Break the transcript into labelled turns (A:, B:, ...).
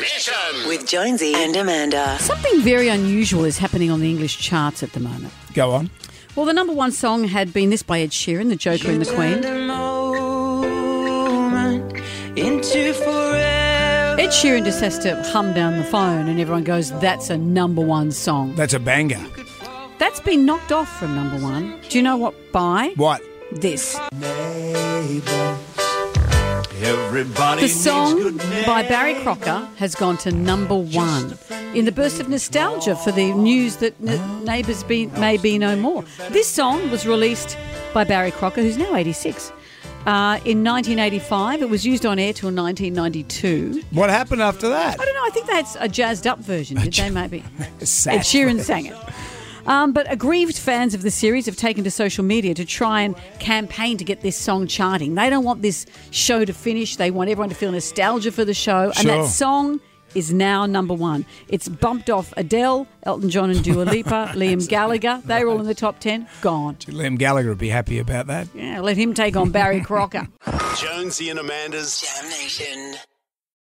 A: Mission.
B: with Jonesy and Amanda.
C: Something very unusual is happening on the English charts at the moment.
D: Go on.
C: Well, the number one song had been this by Ed Sheeran, The Joker and the Queen. Ed Sheeran just has to hum down the phone, and everyone goes, That's a number one song.
D: That's a banger.
C: That's been knocked off from number one. Do you know what by?
D: What?
C: This.
E: Everybody
C: The song by Barry Crocker has gone to number one in the burst of nostalgia for the news that n- Neighbours be, may be no more. This song was released by Barry Crocker, who's now 86. Uh, in 1985, it was used on air till 1992.
D: What happened after that?
C: I don't know. I think that's a jazzed up version. Did they maybe?
D: Sad.
C: Ed Sheeran sang it. Um, but aggrieved fans of the series have taken to social media to try and campaign to get this song charting. They don't want this show to finish. They want everyone to feel nostalgia for the show. And
D: Sure.
C: that song is now number one. It's bumped off Adele, Elton John and Dua Lipa, Liam Gallagher. They were all in the top 10. Gone.
D: Liam Gallagher would be happy about that.
C: Yeah, let him take on Barry Crocker.
A: Jonesy and Amanda's
B: Jam Nation.